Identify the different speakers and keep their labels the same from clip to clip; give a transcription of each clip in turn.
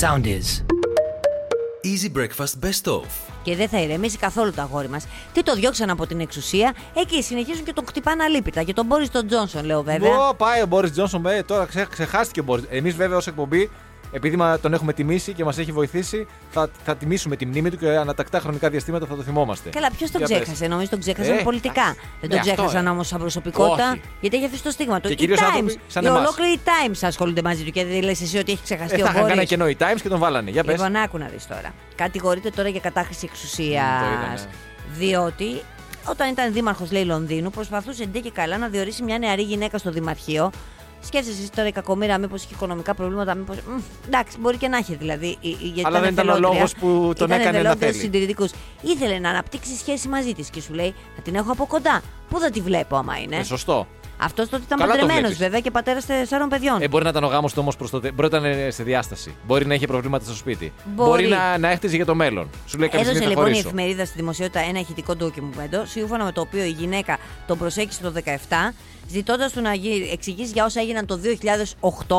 Speaker 1: Sound is.
Speaker 2: Easy Breakfast Best Of.
Speaker 3: Και δεν θα ηρεμήσει καθόλου το αγόρι μας. Τι το διώξαν από την εξουσία, εκεί συνεχίζουν και τον χτυπάνε αλήπητα. Και τον Μπόρι τον Τζόνσον, λέω βέβαια.
Speaker 4: Ω, πάει ο Μπόρι Τζόνσον, ε, τώρα ξε- ξεχάστηκε ο Μπόρι. Εμείς βέβαια ως εκπομπή, επειδή μα- τον έχουμε τιμήσει και μας έχει βοηθήσει, θα, θα τιμήσουμε τη μνήμη του και ανατακτά χρονικά διαστήματα θα το θυμόμαστε.
Speaker 3: Καλά, ποιος τον
Speaker 4: Για πες.
Speaker 3: ξέχασε, νομίζω τον ξέχασαν
Speaker 4: Ε,
Speaker 3: πολιτικά. Δεν τον
Speaker 4: ε, αυτό,
Speaker 3: ξέχασαν
Speaker 4: ε.
Speaker 3: όμως σαν προσωπικότητα,
Speaker 4: Όχι.
Speaker 3: γιατί έχει αφήσει το στίγμα του.
Speaker 4: Και
Speaker 3: Οι
Speaker 4: κυρίως άνθρωποι
Speaker 3: Times,
Speaker 4: σαν
Speaker 3: οι
Speaker 4: εμάς.
Speaker 3: ολόκληροι Times ασχολούνται μαζί του και δεν λες εσύ ότι έχει
Speaker 4: Ε,
Speaker 3: ξεχαστεί
Speaker 4: θα
Speaker 3: ο
Speaker 4: είχαν κάνει
Speaker 3: Μπόρις.
Speaker 4: κενό οι Times και τον βάλανε. Για πες.
Speaker 3: Λοιπόν, άκου να δεις τώρα. Κατηγορείται τώρα για κατάχρηση εξουσίας.
Speaker 4: Μ, το είδα, ναι.
Speaker 3: Διότι όταν ήταν δήμαρχος, λέει Λονδίνου, προσπαθούσε ντε και καλά να διορίσει μια νεαρή γυναίκα στο δημαρχείο. Σκέφτεσαι εσύ τώρα η κακομήρα, μήπω είχε οικονομικά προβλήματα. Μήπως... Μ, εντάξει, μπορεί και να είχε δηλαδή. η- η- Γιατί
Speaker 4: Αλλά δεν ήταν ο
Speaker 3: εθελόντρια.
Speaker 4: λόγος που τον
Speaker 3: Ήταν
Speaker 4: έκανε να
Speaker 3: εθελόντρια
Speaker 4: θέλει.
Speaker 3: στους συντηρητικούς. Ήθελε να αναπτύξει σχέση μαζί της και σου λέει να την έχω από κοντά. Πού θα τη βλέπω άμα είναι.
Speaker 4: Ε, σωστό.
Speaker 3: Αυτός τότε ήταν
Speaker 4: Καλά το
Speaker 3: παντρεμένο
Speaker 4: βλέπεις.
Speaker 3: βέβαια και πατέρας τεσσάρων παιδιών.
Speaker 4: Ε, μπορεί να ήταν ο γάμος του όμως προς το τε- Μπορεί να ήταν ε, σε διάσταση. Μπορεί να είχε προβλήματα στο σπίτι.
Speaker 3: Μπορεί.
Speaker 4: να, να έχτιζε για το μέλλον. Σου λέει κάποια
Speaker 3: Έδωσε
Speaker 4: στιγμή θα
Speaker 3: λοιπόν η
Speaker 4: χωρίσω.
Speaker 3: εφημερίδα στη δημοσιότητα ένα ηχητικό ντοκιμουμέντο, σύμφωνα με το οποίο η γυναίκα τον προσέγγισε το 17, ζητώντας του να γι- εξηγήσει για όσα έγιναν το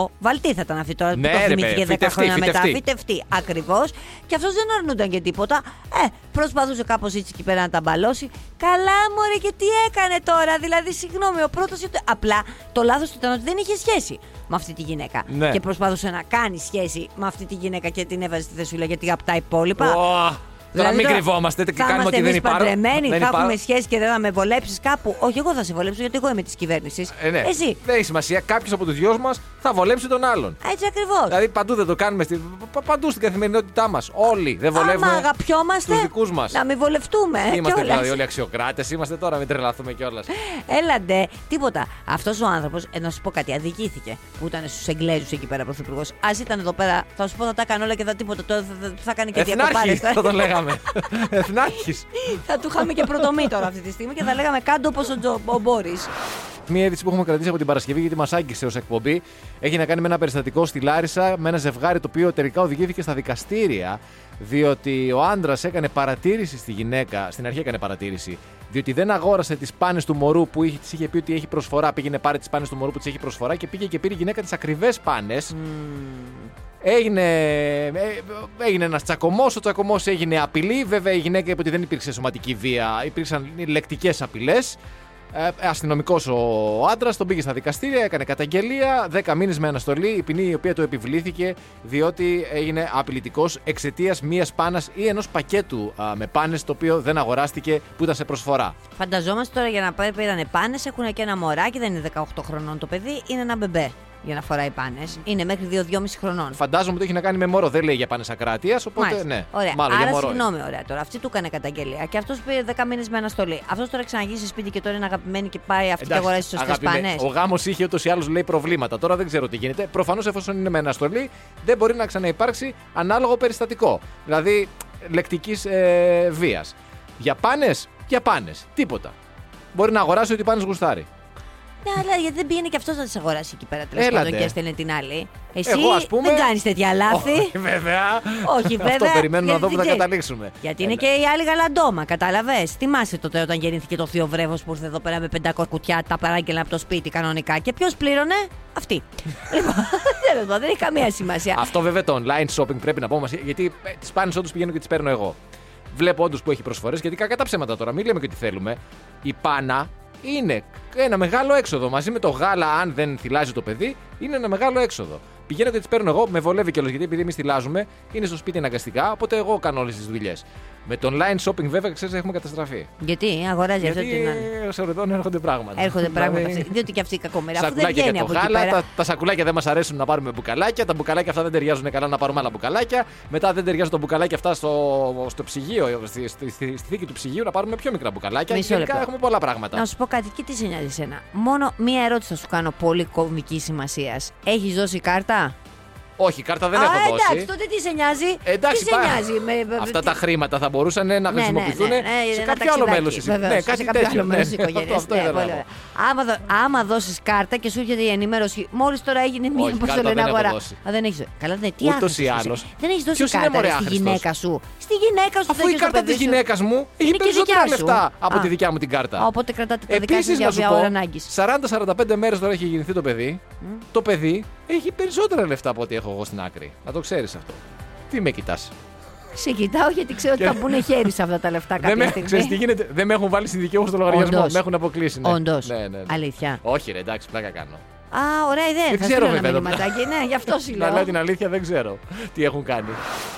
Speaker 3: 2008. Βαλτή θα ήταν αυτή τώρα
Speaker 4: Ναι,
Speaker 3: που το
Speaker 4: ρε,
Speaker 3: θυμήθηκε
Speaker 4: παιδί,
Speaker 3: 10
Speaker 4: φυτευτή,
Speaker 3: χρόνια μετά.
Speaker 4: φυτευτή.
Speaker 3: Φυτευτή. Ακριβώς. Και αυτός δεν αρνούνταν και τίποτα. Ε, προσπαθούσε κάπως έτσι εκεί πέρα να τα μπαλώσει. Καλά, μωρέ, και τι έκανε τώρα. Δηλαδή, συγγνώμη, ο πρώτος. Απλά το λάθος του ήταν ότι δεν είχε σχέση με αυτή τη γυναίκα.
Speaker 4: Ναι.
Speaker 3: Και προσπαθούσε να κάνει σχέση με αυτή τη γυναίκα και την έβαζε στη θεσούλα γιατί από τα υπόλοιπα.
Speaker 4: Ωα, Τώρα
Speaker 3: Δηλαδή
Speaker 4: μην κρυβόμαστε και
Speaker 3: θα
Speaker 4: κάνουμε
Speaker 3: είμαστε
Speaker 4: ότι δεν
Speaker 3: εμείς
Speaker 4: υπάρχουν.
Speaker 3: παντρεμένοι,
Speaker 4: Δεν
Speaker 3: θα
Speaker 4: υπάρχουν.
Speaker 3: έχουμε σχέση και δεν θα με βολέψεις κάπου. Όχι, εγώ θα σε βολέψω γιατί εγώ είμαι της κυβέρνησης.
Speaker 4: Ε, ναι.
Speaker 3: Εσύ.
Speaker 4: Δεν έχει σημασία. Κάποιος από τους δυος μας θα βολέψει τον άλλον.
Speaker 3: Έτσι ακριβώς.
Speaker 4: Δηλαδή παντού δεν το κάνουμε. Στη, πα- παντού στην καθημερινότητά μας. Όλοι δεν βολεύουμε.
Speaker 3: Άμα αγαπιόμαστε,
Speaker 4: τους δικούς μας.
Speaker 3: να μην βολευτούμε. ε,
Speaker 4: Είμαστε
Speaker 3: κιόλας.
Speaker 4: δηλαδή όλοι αξιοκράτες. Είμαστε τώρα, μην τρελαθούμε κιόλας.
Speaker 3: Έλαντε, τίποτα. Αυτός ο άνθρωπος, ε, να σου πω κάτι, αδικήθηκε που ήταν στους Εγγλέζους εκεί πέρα πρωθυπουργός. Ας ήταν εδώ πέρα, θα σου πω θα τα κάνω όλα και θα τίποτα. Τώρα θα, θα, θα κάνει και
Speaker 4: Εθνάρχη
Speaker 3: διακοπάρε.
Speaker 4: θα το λέγαμε. Εθνάρχη.
Speaker 3: θα του είχαμε και πρωτομή τώρα αυτή τη στιγμή και θα λέγαμε κάτω όπως ο, Τζο- ο Μπόρις.
Speaker 4: Μία είδηση που έχουμε κρατήσει από την Παρασκευή, γιατί μας άγγιξε ως εκπομπή, έχει να κάνει με ένα περιστατικό στη Λάρισα, με ένα ζευγάρι το οποίο τελικά οδηγήθηκε στα δικαστήρια, διότι ο άντρας έκανε παρατήρηση στη γυναίκα, στην αρχή έκανε παρατήρηση, διότι δεν αγόρασε τις πάνες του μωρού που είχε, της είχε πει ότι έχει προσφορά. Πήγαινε πάρει τις πάνες του μωρού που τη έχει προσφορά και πήγε και πήρε η γυναίκα τις ακριβές πάνες. Έγινε, ε, έγινε ένας τσακωμός. Ο τσακωμός έγινε απειλή. Βέβαια, η γυναίκα είπε ότι δεν υπήρξε σωματική βία, υπήρξαν λεκτικές απειλές. Ε, Αστυνομικός ο άντρας, τον πήγε στα δικαστήρια, έκανε καταγγελία. 10 μήνες με αναστολή, η ποινή η οποία του επιβλήθηκε διότι έγινε απειλητικός εξαιτίας μία πάνας ή ενός πακέτου α, με πάνες το οποίο δεν αγοράστηκε που ήταν σε προσφορά.
Speaker 3: Φανταζόμαστε τώρα για να πάει πήρανε πάνες, έχουν και ένα μωράκι, δεν είναι 18 χρονών το παιδί, είναι ένα μπεμπέ για να φοράει πάνες. Είναι μέχρι 2-2,5 χρονών.
Speaker 4: Φαντάζομαι ότι έχει να κάνει με μωρό, δεν λέει για πάνες ακράτειας, οπότε
Speaker 3: Μάλιστα.
Speaker 4: ναι.
Speaker 3: Ωραία.
Speaker 4: Μάλλον για
Speaker 3: Άρα,
Speaker 4: μωρό. είναι.
Speaker 3: συγγνώμη, ωραία τώρα. Αυτή του έκανε καταγγελία και αυτός πήρε 10 μήνες με αναστολή. Αυτός τώρα ξαναγεί σε σπίτι και τώρα είναι αγαπημένη και πάει αυτή και
Speaker 4: Εντάξει,
Speaker 3: αγοράζει σωστές
Speaker 4: αγαπημέ-
Speaker 3: πάνες.
Speaker 4: Ο γάμος είχε ούτως ή άλλως λέει προβλήματα. Τώρα δεν ξέρω τι γίνεται. Προφανώς εφόσον είναι με αναστολή, δεν μπορεί να ξαναυπάρξει ανάλογο περιστατικό. Δηλαδή λεκτικής ε, βίας. Για πάνες, για πάνες. Τίποτα. Μπορεί να αγοράσει ό,τι πάνες γουστάρει.
Speaker 3: Ναι, αλλά γιατί δεν πήγαινε και αυτός να τις αγοράσει εκεί πέρα τέλος
Speaker 4: Έλατε.
Speaker 3: πάντων και έστελνε την άλλη. Εσύ
Speaker 4: Εγώ, ας πούμε,
Speaker 3: δεν κάνεις τέτοια λάθη.
Speaker 4: Όχι, βέβαια.
Speaker 3: Όχι, βέβαια.
Speaker 4: Αυτό περιμένουμε να
Speaker 3: γιατί
Speaker 4: δω που
Speaker 3: δεν
Speaker 4: θα
Speaker 3: ξέρεις.
Speaker 4: καταλήξουμε. Ε,
Speaker 3: Γιατί είναι
Speaker 4: ναι.
Speaker 3: και η άλλη γαλαντόμα, κατάλαβες. Θυμάσαι τότε όταν γεννήθηκε το θείο βρέφο που ήρθε εδώ πέρα με 500 κουτιά, τα παράγγελνα από το σπίτι κανονικά. Και ποιος πλήρωνε, αυτή. λοιπόν, τέλος πάντων, δεν έχει καμία σημασία.
Speaker 4: Αυτό βέβαια το online shopping πρέπει να πω μας, γιατί ε, τις πάνες όντως πηγαίνω και τις παίρνω εγώ. Βλέπω όντως που έχει προσφορές, γιατί κακά τα ψέματα τώρα, μην λέμε και ότι θέλουμε. Η πάνα είναι ένα μεγάλο έξοδο. Μαζί με το γάλα, αν δεν θυλάζει το παιδί, είναι ένα μεγάλο έξοδο. Πηγαίνω και τις παίρνω εγώ, με βολεύει κιόλας γιατί επειδή εμείς θυλάζουμε, είναι στο σπίτι αναγκαστικά, οπότε εγώ κάνω όλες τις δουλειές. Με το online shopping βέβαια, ξέρεις, έχουμε καταστραφεί.
Speaker 3: Γιατί αγοράζει αυτό
Speaker 4: γιατί
Speaker 3: την άλλη.
Speaker 4: ε, σε ορειδόν έρχονται πράγματα.
Speaker 3: Έρχονται πράγματα
Speaker 4: Δηλαδή,
Speaker 3: αυτή. Διότι και αυτή η κακομοίρα. Αφού δεν
Speaker 4: Σακουλάκια
Speaker 3: βγαίνει
Speaker 4: για το
Speaker 3: από εκεί
Speaker 4: γάλα,
Speaker 3: πέρα.
Speaker 4: τα, τα σακουλάκια δεν μας αρέσουν να πάρουμε μπουκαλάκια, τα μπουκαλάκια αυτά δεν ταιριάζουν καλά να πάρουμε άλλα μπουκαλάκια. Μετά δεν ταιριάζουν τα μπουκαλάκια αυτά στο, στο ψυγείο, στη, στη, στη, στη θήκη του ψυγείου να πάρουμε πιο μικρά μπουκαλάκια.
Speaker 3: Μισό
Speaker 4: Και γενικά
Speaker 3: λεπτό.
Speaker 4: έχουμε πολλά πράγματα.
Speaker 3: Να σου πω κάτι, και τι σε νοιάζει εσένα. Μόνο μία ερώτηση θα σου κάνω πολύ κομική σημασίας. Έχεις δώσει κάρτα.
Speaker 4: Όχι, κάρτα δεν
Speaker 3: Α,
Speaker 4: έχω δώσει.
Speaker 3: εντάξει, τότε τι σε νοιάζει.
Speaker 4: Ε, εντάξει,
Speaker 3: τι σε
Speaker 4: πά-
Speaker 3: νοιάζει. με-
Speaker 4: Αυτά
Speaker 3: τι-
Speaker 4: τα χρήματα θα μπορούσαν ε, να
Speaker 3: Ναι, ναι,
Speaker 4: χρησιμοποιηθούν
Speaker 3: ναι, ναι,
Speaker 4: σε
Speaker 3: ένα
Speaker 4: κάποιο άλλο
Speaker 3: ταξιδάκι,
Speaker 4: μέλο τη
Speaker 3: βεβαίως,
Speaker 4: Ναι,
Speaker 3: σε
Speaker 4: κάτι
Speaker 3: κάποιο
Speaker 4: τέτοιο.
Speaker 3: άλλο μέλος
Speaker 4: ναι.
Speaker 3: της οικογένειας.
Speaker 4: Αυτό
Speaker 3: Ναι,
Speaker 4: ήταν
Speaker 3: πολύ
Speaker 4: άλλο.
Speaker 3: ωραία. Άμα, δω- άμα δώσεις κάρτα και σου έρχεται η ενημέρωση, μόλις τώρα έγινε μία
Speaker 4: Όχι,
Speaker 3: πώς το
Speaker 4: κάρτα
Speaker 3: λένε,
Speaker 4: δεν έχω
Speaker 3: αγορά.
Speaker 4: δώσει.
Speaker 3: Α, δεν έχεις. Καλά, δεν τι
Speaker 4: Ούτως
Speaker 3: άχρηστος
Speaker 4: ή
Speaker 3: είσαι.
Speaker 4: άλλως.
Speaker 3: Δεν έχεις δώσει
Speaker 4: Ποιος είναι,
Speaker 3: κάρτα
Speaker 4: μωρέ,
Speaker 3: ρε, στη
Speaker 4: άχρηστος?
Speaker 3: γυναίκα σου. Στη γυναίκα σου
Speaker 4: Αφού η κάρτα τη γυναίκας μου έχει
Speaker 3: Είναι και
Speaker 4: περισσότερα
Speaker 3: δικιά σου.
Speaker 4: λεφτά από
Speaker 3: Α.
Speaker 4: τη δικιά μου την κάρτα.
Speaker 3: Οπότε κρατάτε τα δικά σα
Speaker 4: Επίση,
Speaker 3: για
Speaker 4: να σου
Speaker 3: βία ώρα ανάγκη.
Speaker 4: πω, 40-45 μέρες τώρα έχει γεννηθεί το παιδί. Το παιδί έχει περισσότερα λεφτά από ό,τι έχω εγώ στην άκρη. Να το ξέρεις αυτό. Τι με κοιτάς.
Speaker 1: Σε κοιτάω γιατί ξέρω ότι
Speaker 4: Και-
Speaker 1: θα μπουν χέρι σε αυτά τα λεφτά
Speaker 4: Δεν με,
Speaker 1: κάποια
Speaker 4: ξέρεις τι
Speaker 1: στιγμή.
Speaker 4: γίνεται, δεν με έχουν βάλει συνδικαίωμα στο λογαριασμό.
Speaker 1: Όντως.
Speaker 4: Με έχουν αποκλείσει. Ναι.
Speaker 1: Όντως.
Speaker 4: Ναι, ναι, ναι.
Speaker 1: Αλήθεια.
Speaker 4: Όχι, ρε, εντάξει, πλάκα κάνω.
Speaker 1: Α, ωραία ιδέα.
Speaker 4: Δεν
Speaker 1: θα στείλω
Speaker 4: ξέρω,
Speaker 1: ένα
Speaker 4: βέβαια, το
Speaker 1: μηνυματάκι. Ναι, γι' αυτό σου
Speaker 4: Να λέω
Speaker 1: λέω.
Speaker 4: την αλήθεια, δεν ξέρω τι έχουν κάνει.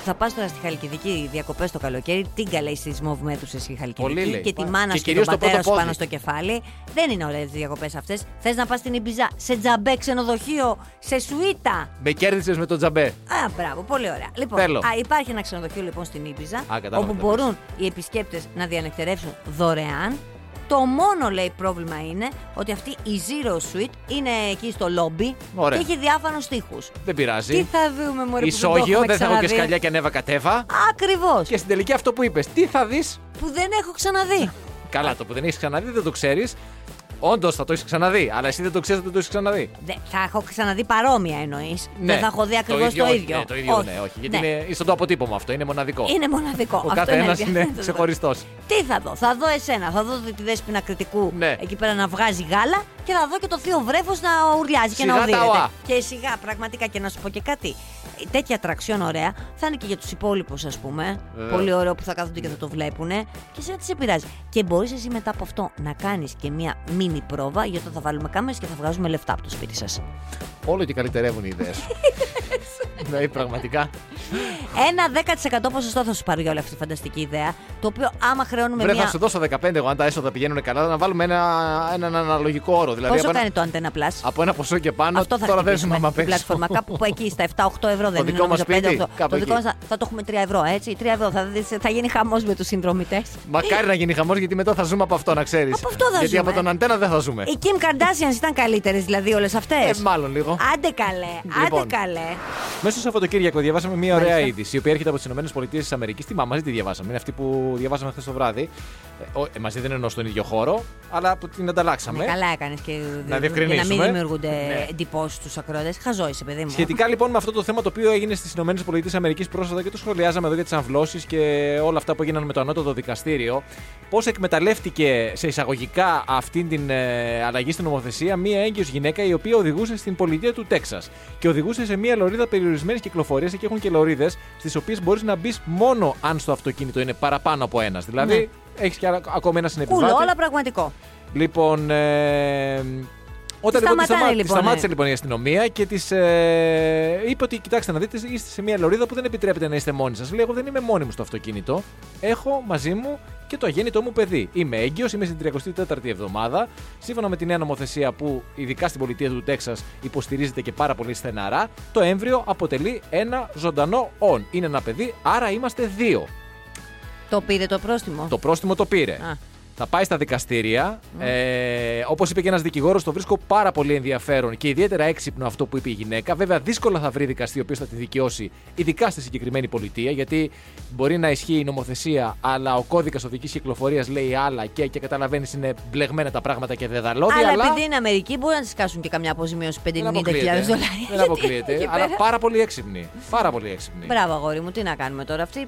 Speaker 3: Θα πας τώρα στη Χαλκιδική διακοπές το καλοκαίρι. Την καλά οι σεισμοβμέτουσε στη Χαλκιδική.
Speaker 4: Πολύ, λέει.
Speaker 3: και τη
Speaker 4: Πάρα.
Speaker 3: μάνα
Speaker 4: Και
Speaker 3: σου και,
Speaker 4: κυρίως
Speaker 3: τον
Speaker 4: το πρώτο
Speaker 3: πατέρα σου
Speaker 4: πόδι.
Speaker 3: πάνω στο κεφάλι. Δεν είναι ωραίες διακοπές αυτές. Θες να πας στην Ιμπιζά σε τζαμπέ ξενοδοχείο, σε σουίτα.
Speaker 4: Με κέρδισες με τον τζαμπέ.
Speaker 3: Α, μπράβο, πολύ ωραία. Λοιπόν,
Speaker 4: Θέλω.
Speaker 3: α, υπάρχει ένα ξενοδοχείο λοιπόν στην Ήπιζα
Speaker 4: κατάλαβα
Speaker 3: όπου
Speaker 4: τι
Speaker 3: μπορούν οι επισκέπτες να διανεκτερεύσουν δωρεάν. Το μόνο λέει πρόβλημα είναι ότι αυτή η Zero Suite είναι εκεί στο λόμπι
Speaker 4: Ωραία.
Speaker 3: και έχει διάφανου τείχου.
Speaker 4: Δεν
Speaker 3: Τι
Speaker 4: πειράζει.
Speaker 3: θα δούμε, Μωρή, που δεν το
Speaker 4: Ισόγειο,
Speaker 3: έχουμε
Speaker 4: δεν θα έχω και
Speaker 3: ξαναδεί.
Speaker 4: σκαλιά και ανέβα κατέβα.
Speaker 3: Ακριβώς.
Speaker 4: Και στην τελική αυτό που είπες, τι θα δεις.
Speaker 3: Που δεν έχω
Speaker 4: Ναι.
Speaker 3: ξαναδεί.
Speaker 4: Καλά, το που δεν έχεις ξαναδεί δεν το ξέρεις. Όντως θα το έχεις ξαναδεί, αλλά εσύ δεν το ξέρεις ότι δεν το έχεις ξαναδεί.
Speaker 3: Δεν- θα έχω ξαναδεί παρόμοια εννοείς.
Speaker 4: Ναι.
Speaker 3: δεν θα έχω δει ακριβώ το ίδιο.
Speaker 4: όχι, Ναι, το ίδιο, ναι, όχι. Γιατί είναι είναι στον το αποτύπωμα αυτό, είναι μοναδικό.
Speaker 3: Είναι μοναδικό.
Speaker 4: Ο
Speaker 3: Αυτό
Speaker 4: κάθε ένα είναι
Speaker 3: ενδιαφέρον.
Speaker 4: ξεχωριστός.
Speaker 3: Τι θα δω, θα δω εσένα, θα δω τη δέσποινα κριτικού
Speaker 4: Ναι.
Speaker 3: εκεί πέρα να βγάζει γάλα και θα δω και το θείο βρέφος να ουρλιάζει και
Speaker 4: Σιγά
Speaker 3: να
Speaker 4: τα
Speaker 3: οδηγείται.
Speaker 4: οά.
Speaker 3: Και σιγά, πραγματικά και να σου πω και κάτι. Ε, Τέτοια ατραξιόν ωραία θα είναι και για τους υπόλοιπους, ας πούμε.
Speaker 4: Βέβαια.
Speaker 3: Πολύ ωραίο που θα κάθονται και θα το βλέπουν. Και σε τι σε πειράζει. Και μπορείς εσύ μετά από αυτό να κάνεις και μία μίνι πρόβα, γιατί όταν θα βάλουμε κάμερες και θα βγάζουμε λεφτά από το σπίτι σας.
Speaker 4: Όλο και καλυτερεύουν οι ιδέες σου. Ναι, πραγματικά.
Speaker 3: Ένα 10% ποσοστό θα σου πάρει για όλη αυτή τη φανταστική ιδέα. Το οποίο άμα χρεώνουμε
Speaker 4: Βρε,
Speaker 3: μία.
Speaker 4: θα σου δώσω 15 εγώ αν τα έσοδα πηγαίνουν καλά, να βάλουμε ένα, έναν αναλογικό όρο. Δηλαδή
Speaker 3: Πόσο
Speaker 4: από,
Speaker 3: κάνει το
Speaker 4: ένα,
Speaker 3: Antenna Plus.
Speaker 4: από ένα ποσό και πάνω,
Speaker 3: Αυτό θα
Speaker 4: τώρα δεν
Speaker 3: χτυπήσουμε
Speaker 4: θυμάμαι απ'
Speaker 3: την
Speaker 4: έξω.
Speaker 3: πλατφόρμα. Κάπου που εκεί στα 7-8 ευρώ δεν είναι.
Speaker 4: δικό μας
Speaker 3: νομίζω, πέντε,
Speaker 4: σπίτι,
Speaker 3: οκτώ.
Speaker 4: κάπου
Speaker 3: Το δικό
Speaker 4: εκεί.
Speaker 3: μας θα- θα το έχουμε 3 ευρώ, έτσι. 3 ευρώ. Θα, δεις- θα γίνει χαμός με τους συνδρομητές.
Speaker 4: Μακάρι να γίνει χαμός, γιατί μετά θα ζούμε από αυτό, να ξέρεις.
Speaker 3: Από αυτό θα
Speaker 4: Γιατί
Speaker 3: ζούμε. Ε,
Speaker 4: από τον αντένα δεν θα ζούμε.
Speaker 3: Οι Kim Kardashian ήταν καλύτερες δηλαδή όλες αυτές.
Speaker 4: Ε, μάλλον λίγο.
Speaker 3: Άντε καλέ,
Speaker 4: Λοιπόν.
Speaker 3: άντε καλέ.
Speaker 4: Μέσα στο Σαββατοκύριακο διαβάσαμε μια ωραία
Speaker 3: Μάλιστα.
Speaker 4: είδηση, η οποία έρχεται από τις ΗΠΑ. Τι μα, μαζί τη διαβάσαμε. Είναι αυτή που διαβάσαμε χθες το βράδυ. Ε, ο- ε, μαζί δεν εννοώ στον ίδιο χώρο, αλλά που την ανταλλάξαμε.
Speaker 3: Ναι, καλά έκανες και, δι- για να μην
Speaker 4: διευκρινίσουμε.
Speaker 3: δημιουργούνται
Speaker 4: Ναι.
Speaker 3: εντυπώσεις στους ακρότε. Χαζό είσαι, παιδί μου.
Speaker 4: Σχετικά λοιπόν με αυτό το θέμα το οποίο έγινε στις ΗΠΑ πρόσφατα και το σχολιάζαμε εδώ για τις αμβλώσεις και όλα αυτά που έγιναν με το ανώτατο δικαστήριο, πώς εκμεταλλεύτηκε σε εισαγωγικά αυτή την ε, αλλαγή στην νομοθεσία μία έγκυος γυναίκα η οποία οδηγούσε στην πολιτεία του Τέξας και οδηγούσε σε μία λωρίδα περιορισμένη κυκλοφορία και έχουν και λωρίδες στις οποίες μπορείς να μπεις μόνο αν στο αυτοκίνητο είναι παραπάνω από ένας. Δηλαδή έχεις και άλλα- ακόμα
Speaker 3: Κουλό,
Speaker 4: ένα συνεπιβάτη.
Speaker 3: Ναι. όλα πραγματικό.
Speaker 4: Λοιπόν. Ε, όταν
Speaker 3: Τη
Speaker 4: λοιπόν, τη
Speaker 3: σταματάνε,
Speaker 4: σταμά- τη
Speaker 3: λοιπόν,
Speaker 4: σταμάτησε
Speaker 3: ε.
Speaker 4: λοιπόν η αστυνομία και της ε, είπε ότι κοιτάξτε να δείτε, είστε σε μια λωρίδα που δεν επιτρέπεται να είστε μόνοι σας. Λέει: Εγώ δεν είμαι μόνη μου στο αυτοκίνητο. Έχω μαζί μου και το αγέννητό μου παιδί. Είμαι έγκυος, είμαι στην 34η εβδομάδα. Σύμφωνα με τη νέα νομοθεσία που ειδικά στην πολιτεία του Τέξας υποστηρίζεται και πάρα πολύ στεναρά, το έμβριο αποτελεί ένα ζωντανό όν. Είναι ένα παιδί, άρα είμαστε δύο.
Speaker 3: Το πήρε το πρόστιμο.
Speaker 4: Το πρόστιμο το πήρε.
Speaker 3: Α.
Speaker 4: Θα πάει στα δικαστήρια. Ε, Όπως είπε και ένας δικηγόρος, το βρίσκω πάρα πολύ ενδιαφέρον και ιδιαίτερα έξυπνο αυτό που είπε η γυναίκα. Βέβαια, δύσκολα θα βρει δικαστή ο οποίος θα τη δικαιώσει, ειδικά στη συγκεκριμένη πολιτεία, γιατί μπορεί να ισχύει η νομοθεσία, αλλά ο κώδικας οδικής κυκλοφορίας λέει άλλα και, και καταλαβαίνεις είναι μπλεγμένα τα πράγματα και δεδαλώδη.
Speaker 3: Αλλά επειδή είναι Αμερική, μπορεί να της κάσουν και καμιά αποζημίωση 50-90.000
Speaker 4: δεν
Speaker 3: δολάρια.
Speaker 4: αποκλείεται. Δεν
Speaker 3: Γιατί εκεί
Speaker 4: αποκλείεται.
Speaker 3: πέρα-
Speaker 4: αλλά πάρα πολύ έξυπνη. Πάρα πολύ έξυπνη.
Speaker 3: Μπράβο, αγόρι μου, τι να κάνουμε τώρα. Αυτή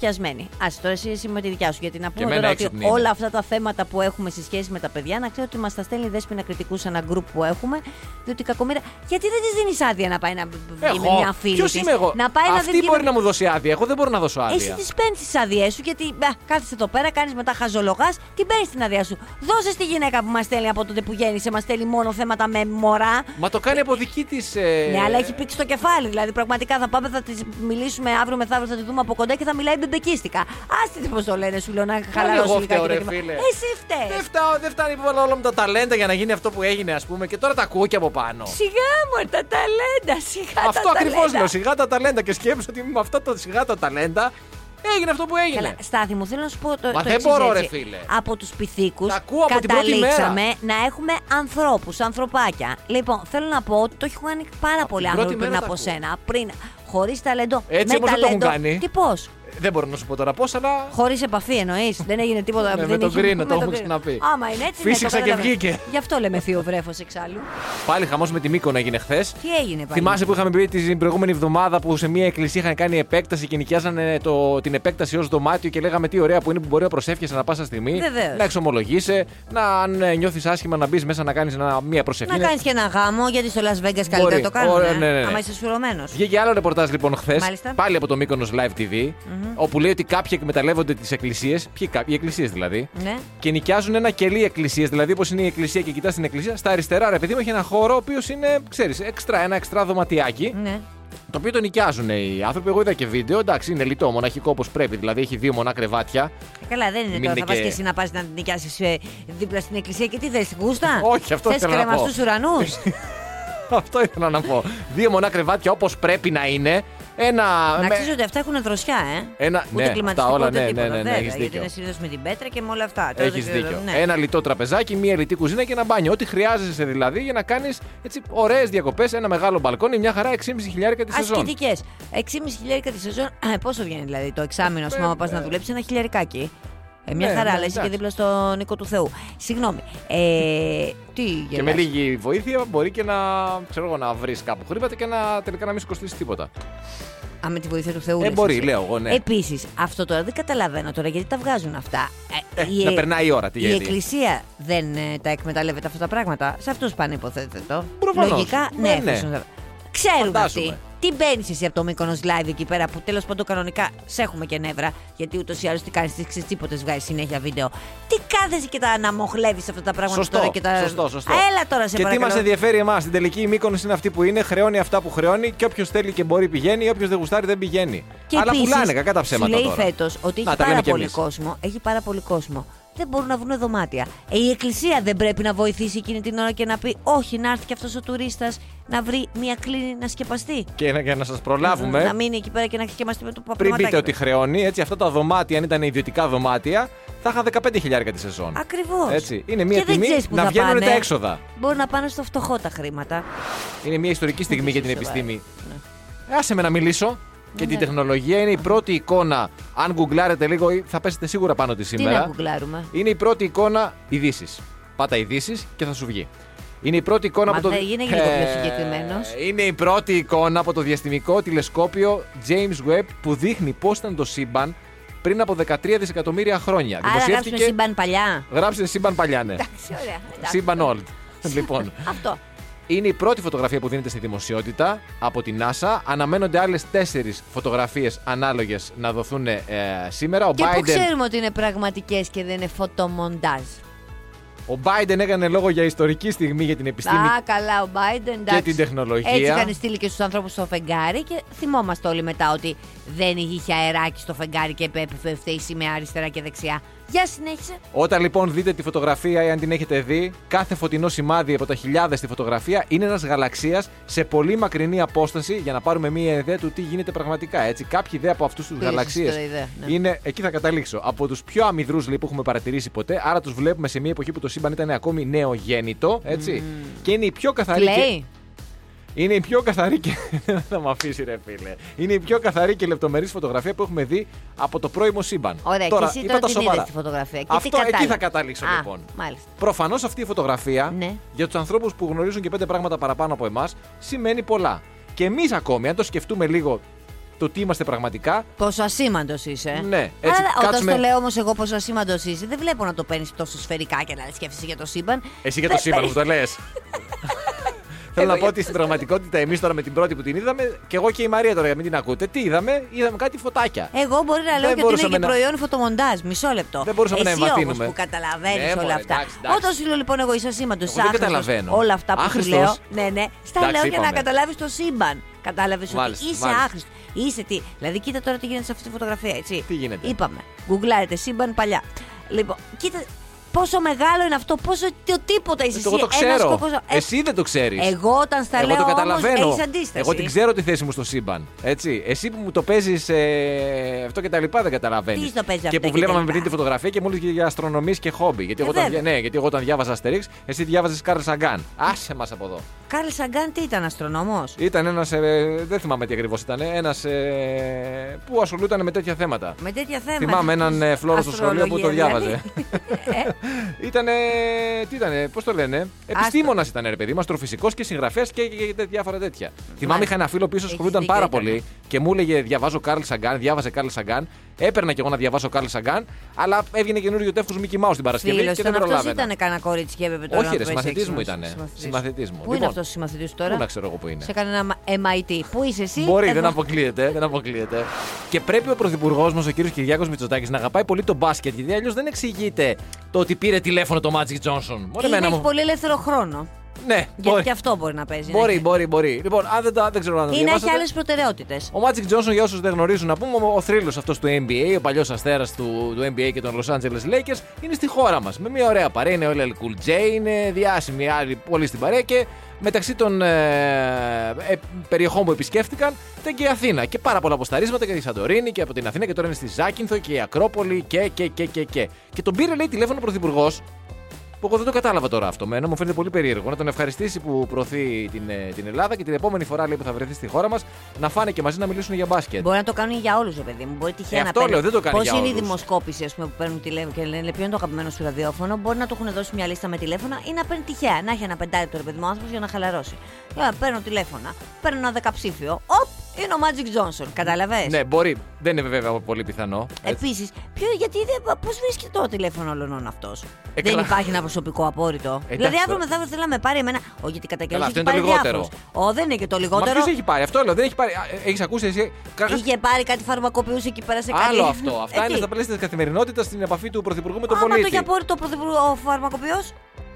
Speaker 3: πιασμένη. Α τώρα εσύ, εσύ με τη δικιά σου. Γιατί να πούμε
Speaker 4: εμένα
Speaker 3: τώρα ότι
Speaker 4: έξυπνη είναι.
Speaker 3: όλα αυτά τα θέματα που έχουμε σε σχέση με τα παιδιά, να ξέρω ότι μας τα στέλνει δέσπινα κριτικού σε ένα γκρουπ που έχουμε. Διότι κακομοίρα. Γιατί δεν της δίνεις άδεια να πάει να βγει με μια φίλη.
Speaker 4: Ποιος
Speaker 3: της,
Speaker 4: είμαι εγώ.
Speaker 3: Να πάει να
Speaker 4: Αυτή
Speaker 3: δει και
Speaker 4: μπορεί
Speaker 3: με-
Speaker 4: να μου δώσει άδεια. Εγώ δεν μπορώ να δώσω άδεια.
Speaker 3: Εσύ της παίρνεις τις άδειέ σου γιατί α, κάθεσαι εδώ πέρα, κάνεις μετά χαζολογάς, την παίρνεις την άδειά σου. Δώσε στη γυναίκα που μας στέλνει από τότε που γέννησε, μας στέλνει μόνο θέματα με μωρά.
Speaker 4: Μα το κάνει από δική της. Ε...
Speaker 3: Ναι, αλλά έχει πήξει το κεφάλι. Δηλαδή, πραγματικά θα πάμε, θα της μιλήσουμε αύριο μεθαύριο, θα τη δούμε από κοντά και θα μιλάει μπεμπεκίστικα. Άστε τι πώς το λένε, σου λέω να χαλαρώσει
Speaker 4: εγώ
Speaker 3: λιγάκι.
Speaker 4: φταίω,
Speaker 3: το
Speaker 4: ρε,
Speaker 3: κεφάλι.
Speaker 4: φίλε.
Speaker 3: Εσύ φταίει.
Speaker 4: Δεν, φτάω, δεν φτάνει που έβαλα όλα μου τα ταλέντα για να γίνει αυτό που έγινε, ας πούμε, και τώρα τα ακούω και από πάνω.
Speaker 3: Σιγά μου, ρε, τα ταλέντα, σιγά τα
Speaker 4: αυτό ακριβώ
Speaker 3: ταλέντα.
Speaker 4: λέω. Σιγά τα ταλέντα και σκέψω ότι με αυτά τα σιγά τα ταλέντα έγινε αυτό που έγινε.
Speaker 3: Καλά, Στάθη μου, θέλω να σου πω το,
Speaker 4: Μα
Speaker 3: το
Speaker 4: δεν
Speaker 3: εξής,
Speaker 4: μπορώ, ρε,
Speaker 3: έτσι.
Speaker 4: φίλε.
Speaker 3: Από τους πυθίκους
Speaker 4: Τα ακούω από την πρώτη
Speaker 3: καταλήξαμε να έχουμε ανθρώπους, ανθρωπάκια. Λοιπόν, θέλω να πω ότι το έχουν κάνει πάρα
Speaker 4: Από
Speaker 3: πολλοί
Speaker 4: την πρώτη
Speaker 3: άνθρωποι πριν
Speaker 4: μέρα τα
Speaker 3: από
Speaker 4: ακούω.
Speaker 3: σένα. Πριν, χωρίς ταλέντο.
Speaker 4: Έτσι
Speaker 3: με
Speaker 4: όμως δεν το έχουν
Speaker 3: ταλέντο.
Speaker 4: κάνει.
Speaker 3: Τι πώς.
Speaker 4: Δεν μπορώ να σου πω τώρα πώς, αλλά.
Speaker 3: Χωρίς επαφή εννοείς. Δεν έγινε τίποτα.
Speaker 4: Ναι,
Speaker 3: δεν
Speaker 4: με τον
Speaker 3: είχε-
Speaker 4: κρίνο,
Speaker 3: με
Speaker 4: το
Speaker 3: τον
Speaker 4: έχουμε
Speaker 3: κρίνο.
Speaker 4: ξαναπεί.
Speaker 3: Άμα είναι έτσι, ναι, το
Speaker 4: Φύσηξα και
Speaker 3: καταλαβαίνω.
Speaker 4: βγήκε.
Speaker 3: Γι' αυτό λέμε θείο βρέφος εξάλλου.
Speaker 4: Πάλι χαμός με τη Μύκονα έγινε χθες.
Speaker 3: Τι έγινε πάλι.
Speaker 4: Θυμάσαι που είχαμε πει την προηγούμενη εβδομάδα που σε μια εκκλησία είχαν κάνει επέκταση και νοικιάζανε το, την επέκταση ως δωμάτιο και λέγαμε τι ωραία που είναι που μπορεί να προσεύχεσαι να πάσα στιγμή.
Speaker 3: Βεβαίως.
Speaker 4: Να εξομολογείσαι, να αν νιώθεις άσχημα να μπεις μέσα να κάνεις μια προσευχή.
Speaker 3: Να κάνεις και ένα γάμο, γιατί στο Las Vegas καλύτερα το κάνουν.
Speaker 4: Ωραία,
Speaker 3: ε.
Speaker 4: ναι, ναι, ναι.
Speaker 3: Άμα είσαι σφυρωμένος.
Speaker 4: Βγήκε άλλο ρεπορτάζ λοιπόν χθες,
Speaker 3: Μάλιστα.
Speaker 4: πάλι από το Μύκονος Live TV, όπου λέει ότι κάποιοι εκμεταλλεύονται τις εκκλησίες, οι εκκλησίες δηλαδή,
Speaker 3: Ναι.
Speaker 4: και νοικιάζουν ένα κελί εκκλησίες. Δηλαδή, όπως είναι η εκκλησία και κοιτάς την εκκλησία, στα αριστερά ρε παιδί μου έχει ένα χώρο ο οποίος είναι, ξέρεις, έξτρα, ένα εξτρά δωματιάκι.
Speaker 3: Ναι.
Speaker 4: Το οποίο το νοικιάζουν οι άνθρωποι. Εγώ είδα και βίντεο. Εντάξει, είναι λιτό, μοναχικό όπως πρέπει. Δηλαδή, έχει δύο μονά κρεβάτια.
Speaker 3: Ε, Καλά, δεν είναι
Speaker 4: Μην
Speaker 3: τώρα.
Speaker 4: είναι
Speaker 3: Θα πας
Speaker 4: και-
Speaker 3: και εσύ να πας να την νοικιάσεις ε, δίπλα στην εκκλησία και τι θες, Γούστα.
Speaker 4: Όχι, αυτό
Speaker 3: Θες
Speaker 4: θέλω να πω. Ε,
Speaker 3: κρεμαστού ουρανούς.
Speaker 4: Αυτό ήθελα να πω. δύο μονά κρεβάτια όπως πρέπει να είναι. Ένα.
Speaker 3: να
Speaker 4: με-
Speaker 3: ξέρει ότι αυτά έχουν δροσιά, ε.
Speaker 4: Ένα-
Speaker 3: Ούτε
Speaker 4: ναι,
Speaker 3: κλιματιστικό,
Speaker 4: τα όλα,
Speaker 3: ούτε
Speaker 4: ναι, ναι,
Speaker 3: τίποτα,
Speaker 4: ναι, ναι,
Speaker 3: βέβαια,
Speaker 4: έχεις
Speaker 3: Γιατί
Speaker 4: δίκιο.
Speaker 3: είναι συνήθω με την πέτρα και με όλα αυτά. Τώρα
Speaker 4: Έχεις
Speaker 3: δεν ξέρω,
Speaker 4: δίκιο. Ε,
Speaker 3: ναι.
Speaker 4: Ένα λιτό τραπεζάκι, μία λιτή κουζίνα και ένα μπάνιο. Ό,τι χρειάζεσαι δηλαδή για να κάνεις ωραίες διακοπές, ένα μεγάλο μπαλκόνι, μια χαρά 6,5 χιλιάρικα τη σεζόν.
Speaker 3: Ασκητικές. 6,5 χιλιάρικα τη σεζόν. Α, πόσο βγαίνει δηλαδή το εξάμεινο, ας πούμε, άμα πας να δουλέψεις ένα χιλιαρικάκι. Ε, μια
Speaker 4: Ε, Ναι,
Speaker 3: χαρά,
Speaker 4: ναι,
Speaker 3: αλλά είσαι και
Speaker 4: εντάξει.
Speaker 3: δίπλα στον Νίκο του Θεού. Συγγνώμη. Ε, τι
Speaker 4: Και
Speaker 3: γελάς?
Speaker 4: με λίγη βοήθεια μπορεί και να, ξέρω εγώ, να βρεις κάπου χρήματα και να, τελικά να μην σου κοστίσει τίποτα.
Speaker 3: Α, με τη βοήθεια του Θεού.
Speaker 4: Ε,
Speaker 3: λες
Speaker 4: μπορεί,
Speaker 3: εσύ.
Speaker 4: λέω εγώ, ναι.
Speaker 3: Επίσης, αυτό τώρα δεν καταλαβαίνω τώρα γιατί τα βγάζουν αυτά. Ε,
Speaker 4: Ε, να περνάει η ώρα, τι
Speaker 3: Η
Speaker 4: γιατί.
Speaker 3: Εκκλησία δεν ε, τα εκμεταλλεύεται αυτά τα πράγματα. Σε αυτούς πάνε, υποθέτω.
Speaker 4: Προφανώς.
Speaker 3: Λογικά,
Speaker 4: Ε,
Speaker 3: ναι,
Speaker 4: ναι.
Speaker 3: εφόσον τα- Ξέρουν
Speaker 4: Φαντάζομαι.
Speaker 3: αυτοί. Τι μπαίνεις εσύ από το Μύκονος Live εκεί πέρα που τέλος πάντων κανονικά σε έχουμε και νεύρα. Γιατί ούτως ή άλλως τι κάνεις, τις ξετσίποτες βγάζεις συνέχεια βίντεο. Τι κάθεσαι και τα αναμοχλεύεις αυτά τα πράγματα
Speaker 4: Σωστό,
Speaker 3: τώρα και τα.
Speaker 4: σωστό, σωστό.
Speaker 3: Έλα τώρα σε
Speaker 4: και τι
Speaker 3: παρακαλώ.
Speaker 4: μας ενδιαφέρει εμάς. Στην τελική η Μύκονος είναι αυτή που είναι, χρεώνει αυτά που χρεώνει και όποιος θέλει και μπορεί πηγαίνει, όποιος δεν γουστάρει δεν πηγαίνει.
Speaker 3: Και
Speaker 4: Αλλά
Speaker 3: επίσης,
Speaker 4: πουλάνε κακά τα ψέματα.
Speaker 3: Σου λέει
Speaker 4: τώρα.
Speaker 3: φέτος ότι
Speaker 4: Να,
Speaker 3: έχει
Speaker 4: τα λέμε
Speaker 3: πάρα
Speaker 4: κι
Speaker 3: πολύ
Speaker 4: εμείς.
Speaker 3: κόσμο. Έχει πάρα πολύ κόσμο. Δεν μπορούν να βρουν δωμάτια. Ε, η εκκλησία δεν πρέπει να βοηθήσει εκείνη την ώρα και να πει: Όχι, να έρθει και αυτός ο τουρίστας να βρει μια κλίνη να σκεπαστεί.
Speaker 4: Και να, και να σας
Speaker 3: Να
Speaker 4: προλάβουμε,
Speaker 3: μείνει εκεί πέρα και να σκεπαστεί με το παππού.
Speaker 4: πριν πείτε ότι χρεώνει, έτσι, αυτά τα δωμάτια, αν ήταν ιδιωτικά δωμάτια, θα είχαν 15 χιλιάρικα τη σεζόν.
Speaker 3: Ακριβώς.
Speaker 4: Έτσι. Είναι μια
Speaker 3: και δεν
Speaker 4: τιμή
Speaker 3: ξέρεις που
Speaker 4: να
Speaker 3: θα
Speaker 4: βγαίνουν
Speaker 3: πάνε.
Speaker 4: τα έξοδα.
Speaker 3: Μπορούν να πάνε στο φτωχό τα χρήματα.
Speaker 4: Είναι μια ιστορική στιγμή για την
Speaker 3: Σοβαρά.
Speaker 4: επιστήμη. Ναι. Άσε με να μιλήσω. Και
Speaker 3: Ναι.
Speaker 4: την τεχνολογία είναι η πρώτη εικόνα. Αν γκουγκλάρετε λίγο, ή θα πέσετε σίγουρα πάνω της
Speaker 3: Τι να
Speaker 4: σήμερα.
Speaker 3: κουκλάρουμε.
Speaker 4: Είναι η πρώτη εικόνα ειδήσεις. Πάτα ειδήσεις και θα σου βγει. Είναι η πρώτη εικόνα
Speaker 3: Μα
Speaker 4: από το.
Speaker 3: δεν είναι λίγο πιο
Speaker 4: Ε,
Speaker 3: συγκεκριμένος.
Speaker 4: Είναι η πρώτη εικόνα από το διαστημικό τηλεσκόπιο James Webb που δείχνει πώς ήταν το σύμπαν πριν από 13 δισεκατομμύρια χρόνια.
Speaker 3: Άρα γράψουμε σύμπαν παλιά.
Speaker 4: Γράψτε σύμπαν παλιά, ναι.
Speaker 3: Εντάξει, ωραία. Εντάξει.
Speaker 4: Σύμπαν old. λοιπόν,
Speaker 3: Αυτό.
Speaker 4: είναι η πρώτη φωτογραφία που δίνεται στη δημοσιότητα από την NASA. Αναμένονται άλλες τέσσερις φωτογραφίες ανάλογες να δοθούν ε, σήμερα. Ο
Speaker 3: Και πού
Speaker 4: Biden,
Speaker 3: ξέρουμε ότι είναι πραγματικές και δεν είναι φωτομοντάζ.
Speaker 4: ο Biden έκανε λόγο για ιστορική στιγμή για την επιστήμη.
Speaker 3: Α, καλά, ο Biden. Εντάξει.
Speaker 4: την τεχνολογία.
Speaker 3: Έτσι είχαν στείλει και στους ανθρώπους στο φεγγάρι και θυμόμαστε όλοι μετά ότι δεν είχε αεράκι στο φεγγάρι και επέφευθε η σημαία αριστερά και δεξιά. Για συνέχισε.
Speaker 4: Όταν λοιπόν δείτε τη φωτογραφία ή αν την έχετε δει, κάθε φωτεινό σημάδι από τα χιλιάδες στη φωτογραφία είναι ένας γαλαξίας σε πολύ μακρινή απόσταση για να πάρουμε μία ιδέα του τι γίνεται πραγματικά. Έτσι, κάποιοι ιδέα από αυτούς τους
Speaker 3: Πήρες
Speaker 4: γαλαξίες
Speaker 3: τώρα ιδέα, ναι.
Speaker 4: είναι, εκεί θα καταλήξω, από τους πιο αμυδρούς λέει που έχουμε παρατηρήσει ποτέ. Άρα τους βλέπουμε σε μια εποχή που το σύμπαν ήταν ακόμη νεογέννητο, έτσι.
Speaker 3: Mm.
Speaker 4: Και είναι η πιο καθαρή. και-
Speaker 3: Λέει.
Speaker 4: είναι η πιο καθαρή και. Δεν θα με αφήσει, ρε φίλε. Είναι η πιο καθαρή και λεπτομερής φωτογραφία που έχουμε δει από το πρώιμο σύμπαν.
Speaker 3: Ωραία,
Speaker 4: τώρα,
Speaker 3: και εσύ
Speaker 4: είπα
Speaker 3: τώρα
Speaker 4: τα
Speaker 3: την
Speaker 4: σοβαρά.
Speaker 3: είδες τη φωτογραφία. Και τι
Speaker 4: Αυτό εκεί
Speaker 3: κατάλαβες.
Speaker 4: θα καταλήξω
Speaker 3: Α,
Speaker 4: λοιπόν.
Speaker 3: Μάλιστα.
Speaker 4: Προφανώς αυτή η φωτογραφία
Speaker 3: Ναι.
Speaker 4: για τους ανθρώπους που γνωρίζουν και πέντε πράγματα παραπάνω από εμάς σημαίνει πολλά. Και εμείς ακόμη, αν το σκεφτούμε λίγο το τι είμαστε πραγματικά,
Speaker 3: Πόσο ασήμαντος είσαι.
Speaker 4: Ναι, έτσι,
Speaker 3: Αλλά όταν
Speaker 4: κάτσουμε-
Speaker 3: το λέω όμως εγώ πόσο ασήμαντος είσαι, δεν βλέπω να το παίρνεις τόσο σφαιρικά και να σκέφτεσαι για το σύμπαν.
Speaker 4: Εσύ για το
Speaker 3: Δεν
Speaker 4: σύμπαν μου το λες. Θέλω
Speaker 3: Εγώ
Speaker 4: να
Speaker 3: για
Speaker 4: πω ότι στην πραγματικότητα εμείς τώρα με την πρώτη που την είδαμε, και εγώ και η Μαρία τώρα για μην την ακούτε, τι είδαμε, είδαμε κάτι φωτάκια.
Speaker 3: Εγώ μπορεί να
Speaker 4: Δεν
Speaker 3: λέω και ότι είναι
Speaker 4: μπορούσαμε
Speaker 3: και
Speaker 4: να-
Speaker 3: προϊόν φωτομοντάζ. Μισό λεπτό.
Speaker 4: Δεν μπορούσαμε να
Speaker 3: Εσύ
Speaker 4: εμβαθύνουμε.
Speaker 3: όμως που καταλαβαίνεις
Speaker 4: Ναι, μωρέ,
Speaker 3: όλα αυτά.
Speaker 4: εντάξει, εντάξει.
Speaker 3: Όταν σου λέω λοιπόν εγώ είσαι ασήμαντο,
Speaker 4: Εγώ δεν καταλαβαίνω.
Speaker 3: Όλα αυτά που σου
Speaker 4: Άχρηστος.
Speaker 3: λέω. Ναι, ναι. Στα
Speaker 4: Εντάξει,
Speaker 3: λέω για να
Speaker 4: είπαμε.
Speaker 3: καταλάβεις το σύμπαν. Κατάλαβες ότι
Speaker 4: Μάλιστα,
Speaker 3: είσαι
Speaker 4: μάλιστα.
Speaker 3: άχρηστος. Είσαι τι. Δηλαδή, κοίτα τώρα τι γίνεται σε αυτή τη φωτογραφία, έτσι.
Speaker 4: Τι γίνεται.
Speaker 3: Είπαμε. Γκουγκλάρετε σύμπαν παλιά. Λοιπόν, κοίτα πόσο μεγάλο είναι αυτό, πόσο το τίποτα είσαι.
Speaker 4: Εγώ Ε, το
Speaker 3: εσύ, ένας
Speaker 4: ξέρω.
Speaker 3: κόκκος- Ε,
Speaker 4: Εσύ δεν το ξέρεις.
Speaker 3: Εγώ όταν στα
Speaker 4: Εγώ
Speaker 3: λέω
Speaker 4: το
Speaker 3: όμως
Speaker 4: καταλαβαίνω.
Speaker 3: έχεις αντίσταση.
Speaker 4: Εγώ την ξέρω τη θέση μου στο σύμπαν. Έτσι. Εσύ που μου το παίζεις ε, αυτό και τα λοιπά δεν καταλαβαίνεις.
Speaker 3: Τι στο παίζει αυτό
Speaker 4: Και που
Speaker 3: και τα
Speaker 4: βλέπαμε
Speaker 3: λοιπά.
Speaker 4: πριν τη φωτογραφία και μόλις για αστρονομίες και χόμπι. Γιατί,
Speaker 3: Ε,
Speaker 4: εγώ όταν,
Speaker 3: βέβαια.
Speaker 4: ναι, γιατί εγώ όταν διάβαζα Αστερίξ, εσύ διάβαζες Κάρλ Σαγκάν. Άσε μας από εδώ.
Speaker 3: Κάρλ Σαγκάν τι ήταν, αστρονόμος.
Speaker 4: Ήταν ένας. δεν θυμάμαι τι ακριβώς ήταν. Ένας που ασχολούταν με τέτοια θέματα.
Speaker 3: Με τέτοια θέματα.
Speaker 4: Θυμάμαι έναν ε, φλόρο στο σχολείο που το
Speaker 3: Αστρολογία,
Speaker 4: διάβαζε.
Speaker 3: δηλαδή. Ε,
Speaker 4: Ήτανε. Τι ήτανε, πώς το λένε. Επιστήμονας ήταν, ρε παιδί, μαστροφυσικό και συγγραφέας και, και, και διάφορα τέτοια. Θυμάμαι, είχα ένα φίλο που ίσως
Speaker 3: Έχεις
Speaker 4: ασχολούνταν
Speaker 3: Ναι. δίκιο,
Speaker 4: πάρα
Speaker 3: ήταν.
Speaker 4: πολύ και μου έλεγε Διαβάζω Κάρλ Σαγκάν, διάβαζε Κάρλ Σαγκάν. Έπαιρνα κι εγώ να διαβάσω Κάρλ Σαγκάν, αλλά έβγαινε καινούριο τεύχος Μικη Μάους την Παρασκευή
Speaker 3: Φίλος
Speaker 4: Ε, και δεν
Speaker 3: ήταν αυτός,
Speaker 4: προλάβαινα.
Speaker 3: ήταν κανένα κορίτσι και έπρεπε τώρα.
Speaker 4: Όχι, ρε,
Speaker 3: να του
Speaker 4: συμμαθητή
Speaker 3: παίξει
Speaker 4: μου
Speaker 3: έξυπνος.
Speaker 4: ήταν.
Speaker 3: Συμμαθητής.
Speaker 4: Συμμαθητής μου. Λοιπόν,
Speaker 3: Πού είναι αυτό ο συμμαθητή του τώρα.
Speaker 4: Πού να ξέρω εγώ που είναι.
Speaker 3: Σε κανένα MIT. Πού είσαι εσύ.
Speaker 4: Μπορεί,
Speaker 3: εδώ.
Speaker 4: δεν αποκλείεται, δεν αποκλείεται. Και πρέπει ο πρωθυπουργός μας, ο κύριος Κυριάκος Μητσοτάκης, να αγαπάει πολύ το μπάσκετ, γιατί αλλιώς δεν εξηγείται το ότι πήρε τηλέφωνο το Μάτζικ Τζόνσον. Μόνο
Speaker 3: Είναι
Speaker 4: εμένα
Speaker 3: έχει
Speaker 4: μου.
Speaker 3: πολύ ελεύθερο χρόνο.
Speaker 4: Ναι,
Speaker 3: Γιατί
Speaker 4: μπορεί.
Speaker 3: και αυτό μπορεί να παίζει.
Speaker 4: Μπορεί,
Speaker 3: να
Speaker 4: μπορεί, μπορεί. Λοιπόν, αν δεν, τα, δεν ξέρω αν το
Speaker 3: έχει- Ή να έχει άλλε
Speaker 4: διαβάσατε.
Speaker 3: προτεραιότητες.
Speaker 4: Ο Μάτζικ Τζόνσον, για όσους δεν γνωρίζουν, να πούμε, ο θρύλος αυτός του NBA, ο παλιός αστέρας του, του NBA και των Los Angeles Lakers, είναι στη χώρα μας. Με μια ωραία παρέα, είναι ο LL Cool J, είναι διάσημοι άλλοι πολύ στην παρέα και μεταξύ των ε, ε, περιοχών που επισκέφτηκαν ήταν και η Αθήνα. Και πάρα πολλά αποσταρίσματα και τη Σαντορίνη και από την Αθήνα και τώρα είναι στη Ζάκυνθο και η Ακρόπολη και, και, και, και, και. Και τον πήρε, λέει, τηλέφωνο ο Πρωθυπουργός που εγώ δεν το κατάλαβα τώρα αυτό. Μένα μου φαίνεται πολύ περίεργο. Να τον ευχαριστήσει που προωθεί την, ε, την Ελλάδα και την επόμενη φορά λέει, που θα βρεθεί στη χώρα μας να φάνε και μαζί να μιλήσουν για μπάσκετ.
Speaker 3: Μπορεί να το κάνουν για όλους, παιδί μου. Μπορεί τυχαία
Speaker 4: Ε,
Speaker 3: να
Speaker 4: αυτό λέω, δεν το κάνει
Speaker 3: Πώς
Speaker 4: για
Speaker 3: είναι οι
Speaker 4: όλους.
Speaker 3: δημοσκόπηση ας πούμε, που παίρνουν τηλέφωνο και λένε ποιο είναι το αγαπημένο σου ραδιόφωνο. Μπορεί να του έχουν δώσει μια λίστα με τηλέφωνα ή να παίρνει τυχαία. Να έχει ένα πεντάρεπτο ρε παιδί μου άνθρωπος για να χαλαρώσει. Λέω, «Α, παίρνω τηλέφωνα, παίρνω ένα δεκαψήφιο. Οπ, είναι ο Μάτζικ Τζόνσον. Καταλαβέ.
Speaker 4: Ναι, μπορεί. Δεν είναι βέβαια πολύ πιθανό. Έτσι.
Speaker 3: Επίση, γιατί δεν. Πώ βρίσκεται το τηλέφωνο όλων αυτός.
Speaker 4: Ε,
Speaker 3: δεν
Speaker 4: καλά. Ε,
Speaker 3: υπάρχει ένα προσωπικό απόρριτο.
Speaker 4: Εντάξει
Speaker 3: δηλαδή, αύριο
Speaker 4: τώρα.
Speaker 3: μεθαύριο θέλει να με πάρει εμένα. Όχι, γιατί κατά καιρούς
Speaker 4: Καλά,
Speaker 3: έχει
Speaker 4: αυτό
Speaker 3: πάρει
Speaker 4: είναι το λιγότερο.
Speaker 3: διάφορους. Ω, δεν είναι και το
Speaker 4: Μα
Speaker 3: λιγότερο.
Speaker 4: ποιος έχει πάρει, αυτό λέω. Δεν έχει πάρει. Έχεις ακούσει εσύ. Καταρχάς,
Speaker 3: Είχε πάρει κάτι φαρμακοποιούσε εκεί πέρα σε κάτι.
Speaker 4: Άλλο αυτό. Αυτά
Speaker 3: Ε,
Speaker 4: είναι
Speaker 3: τι.
Speaker 4: στα πλαίσια της καθημερινότητας στην επαφή του Πρωθυπουργού με τον
Speaker 3: Άμα το
Speaker 4: πολίτη.
Speaker 3: έχει απόρριτο ο, πρωθυπουργός- ο φαρμακοποιό,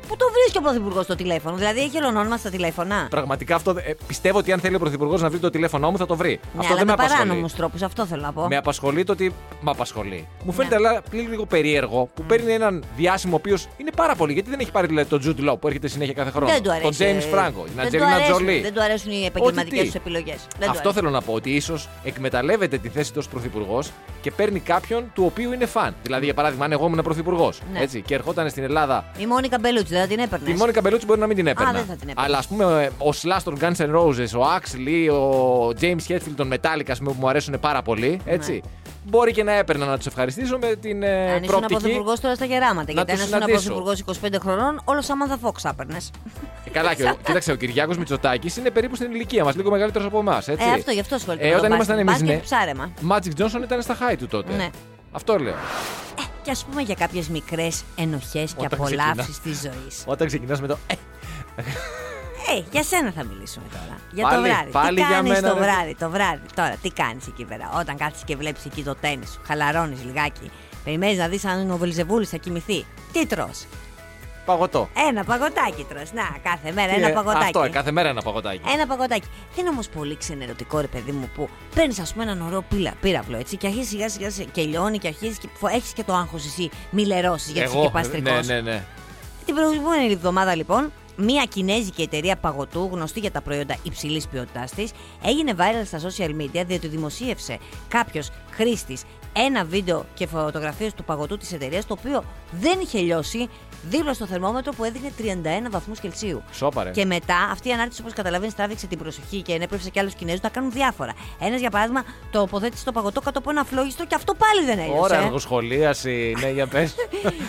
Speaker 3: πού το βρίσκει ο πρωθυπουργός στο τηλέφωνο. Δηλαδή, έχει ολονόημα στα τηλέφωνα.
Speaker 4: Πραγματικά αυτό. ε, πιστεύω ότι αν θέλει ο Πρωθυπουργός να βρει το τηλέφωνό μου θα το βρει.
Speaker 3: Ναι,
Speaker 4: αυτό
Speaker 3: αλλά
Speaker 4: δεν με
Speaker 3: με
Speaker 4: απασχολεί.
Speaker 3: παράνομους τρόπους, αυτό θέλω να πω. Ναι.
Speaker 4: Με απασχολεί το ότι. Μ' απασχολεί. Μου φαίνεται αλλά πλήρω λίγο περίεργο που παίρνει έναν διάσημο ο οποίος είναι πάρα πολύ. Γιατί δεν έχει πάρει δηλαδή τον Τζουντ Λό που έρχεται συνέχεια κάθε χρόνο.
Speaker 3: Δεν του αρέσει.
Speaker 4: Τον Τζέιμ Φράγκο, την
Speaker 3: Δεν του
Speaker 4: Ατζελίνα
Speaker 3: αρέσουν-
Speaker 4: Τζολί.
Speaker 3: Δεν του αρέσουν οι επαγγελματικές του επιλογέ.
Speaker 4: Αυτό θέλω να πω ότι ίσως εκμεταλλεύεται τη θέση του ως πρωθυπουργός και παίρνει κάποιον του οποίου είναι φαν. Δηλαδή, για παράδειγμα, αν εγώ ήμουν πρωθυπουργός
Speaker 3: Ναι.
Speaker 4: και ερχόταν στην Ελλάδα
Speaker 3: Η Μόνικα Μπελούτση, δεν θα την έπαιρνες.
Speaker 4: Τη Μόνικα Μπελούτσι μπορεί να μην την έπαιρνα.
Speaker 3: Α, δεν θα την έπαιρνα.
Speaker 4: Αλλά ας πούμε ε, ο Slash των Guns N' Roses, ο Axl ή ο James Hetfield των Metallica ας πούμε, που μου αρέσουν πάρα πολύ. Έτσι. Μπορεί και να έπαιρνα να τους ευχαριστήσω με την ε,
Speaker 3: Ναι. Αν ήσουν
Speaker 4: προοπτική.
Speaker 3: πρωθυπουργό τώρα στα γεράματα.
Speaker 4: να
Speaker 3: Γιατί αν
Speaker 4: τους
Speaker 3: ήσουν
Speaker 4: συναντήσω.
Speaker 3: πρωθυπουργό 25 χρονών, όλο άμα θα φόξ έπαιρνε.
Speaker 4: Ε, Καλά, και ο- κοίταξε, ο Κυριάκος Μητσοτάκης είναι περίπου στην ηλικία μας, λίγο μεγαλύτερος από εμάς.
Speaker 3: Ε, αυτό γι' αυτό ασχολείται.
Speaker 4: Ε, όταν ήμασταν εμείς.
Speaker 3: Ναι. ψάρεμα.
Speaker 4: Magic Johnson ήταν στα high του τότε.
Speaker 3: Ναι.
Speaker 4: Αυτό λέω.
Speaker 3: Ε, Και ας πούμε για κάποιες μικρές ενοχές και
Speaker 4: Όταν
Speaker 3: απολαύσεις της ζωής.
Speaker 4: Όταν ξεκινάς με το. Ε,
Speaker 3: Ε, για σένα θα μιλήσουμε τώρα. Για το
Speaker 4: Πάλι-
Speaker 3: βράδυ.
Speaker 4: πάλι
Speaker 3: τι
Speaker 4: για
Speaker 3: κάνεις
Speaker 4: μένα,
Speaker 3: το
Speaker 4: ρε.
Speaker 3: βράδυ, το βράδυ. Τώρα, τι κάνεις εκεί πέρα. Όταν κάτσει και βλέπεις εκεί το τέννη σου, χαλαρώνεις λιγάκι. Περιμένεις να δεις αν ο Βελζεβούλης θα κοιμηθεί. Τι τρώ.
Speaker 4: παγωτό.
Speaker 3: Ένα παγωτάκι τρώ. Να, κάθε μέρα
Speaker 4: Ε,
Speaker 3: ένα παγωτάκι.
Speaker 4: Αυτό, ε, κάθε μέρα ένα παγωτάκι.
Speaker 3: Ένα παγωτάκι. Δεν είναι όμως πολύ ξενερωτικό, ρε παιδί μου, που παίρνεις, ας πούμε, έναν ωραίο πύλα, πύραυλο έτσι και αρχίζεις σιγά σιγά σε- και λιώνει και αρχίζεις και έχεις και το άγχος εσύ, μη λερώσεις γιατί είσαι
Speaker 4: Εγώ.
Speaker 3: και παστρικός.
Speaker 4: Ναι, ναι, ναι.
Speaker 3: Την προηγούμενη εβδομάδα, λοιπόν, μία κινέζικη εταιρεία παγωτού, γνωστή για τα προϊόντα υψηλής ποιότητάς της, έγινε viral στα social media διότι δημοσίευσε κάποιος χρήστης ένα βίντεο και φωτογραφίες του παγωτού της εταιρείας, το οποίο δεν είχε λιώσει δίπλα στο θερμόμετρο που έδινε 31 βαθμούς Κελσίου.
Speaker 4: Σόπαρε.
Speaker 3: Και μετά αυτή η ανάρτηση, όπως καταλαβαίνεις, τράβηξε την προσοχή και ενέπνευσε και άλλους Κινέζους να κάνουν διάφορα. Ένας, για παράδειγμα, τοποθέτησε το παγωτό κάτω από ένα φλόγιστο και αυτό πάλι δεν έλειωσε.
Speaker 4: Ωραία, εργοσχολίαση. Ναι, για πες.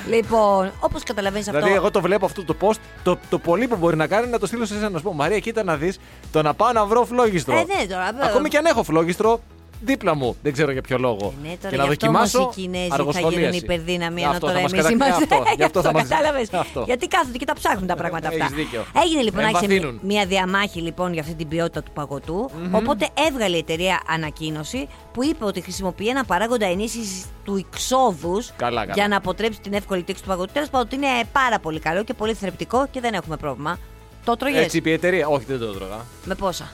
Speaker 3: Λοιπόν, όπως καταλαβαίνεις αυτό.
Speaker 4: Δηλαδή, εγώ το βλέπω αυτό το post. Το, το πολύ που μπορεί να κάνει είναι να το στείλω σε εσένα. Να σου πω Μαρία, κοίτα να δεις το να πάω να βρω φλόγιστρο.
Speaker 3: Ε, ναι, τώρα, βέβαια.
Speaker 4: Ακόμη και αν έχω φλόγιστρο, δίπλα μου. Δεν ξέρω για ποιο λόγο.
Speaker 3: Ε, Ναι, τώρα
Speaker 4: και
Speaker 3: γι'
Speaker 4: να
Speaker 3: αυτό όμως
Speaker 4: δοκιμάσω.
Speaker 3: οι Κινέζοι θα γίνουν
Speaker 4: αργοσχολίαση.
Speaker 3: υπερδύναμοι,
Speaker 4: Ε,
Speaker 3: ενώ
Speaker 4: αυτό
Speaker 3: τώρα
Speaker 4: θα μας
Speaker 3: εμεί
Speaker 4: κατα-
Speaker 3: είμαστε.
Speaker 4: Αυτό, γι' αυτό θα μας-
Speaker 3: κατάλαβες.
Speaker 4: Αυτό.
Speaker 3: Γιατί κάθονται και τα ψάχνουν τα πράγματα αυτά.
Speaker 4: Έχεις δίκιο.
Speaker 3: Έγινε λοιπόν, άρχισε μια-
Speaker 4: Εμβαθύνουν.
Speaker 3: μια διαμάχη λοιπόν για αυτή την ποιότητα του παγωτου Οπότε έβγαλε η εταιρεία ανακοίνωση που είπε ότι χρησιμοποιεί ένα παράγοντα ενίσχυσης του εξόδου
Speaker 4: Καλά, καλά.
Speaker 3: για να αποτρέψει την εύκολη τήξη του παγωτού. Τέλος πάντων, ότι είναι πάρα πολύ καλό και πολύ θρεπτικό και δεν έχουμε πρόβλημα. Το τρώγες
Speaker 4: Έτσι είπε η εταιρεία. Όχι, δεν το τρώγα.
Speaker 3: με πόσα.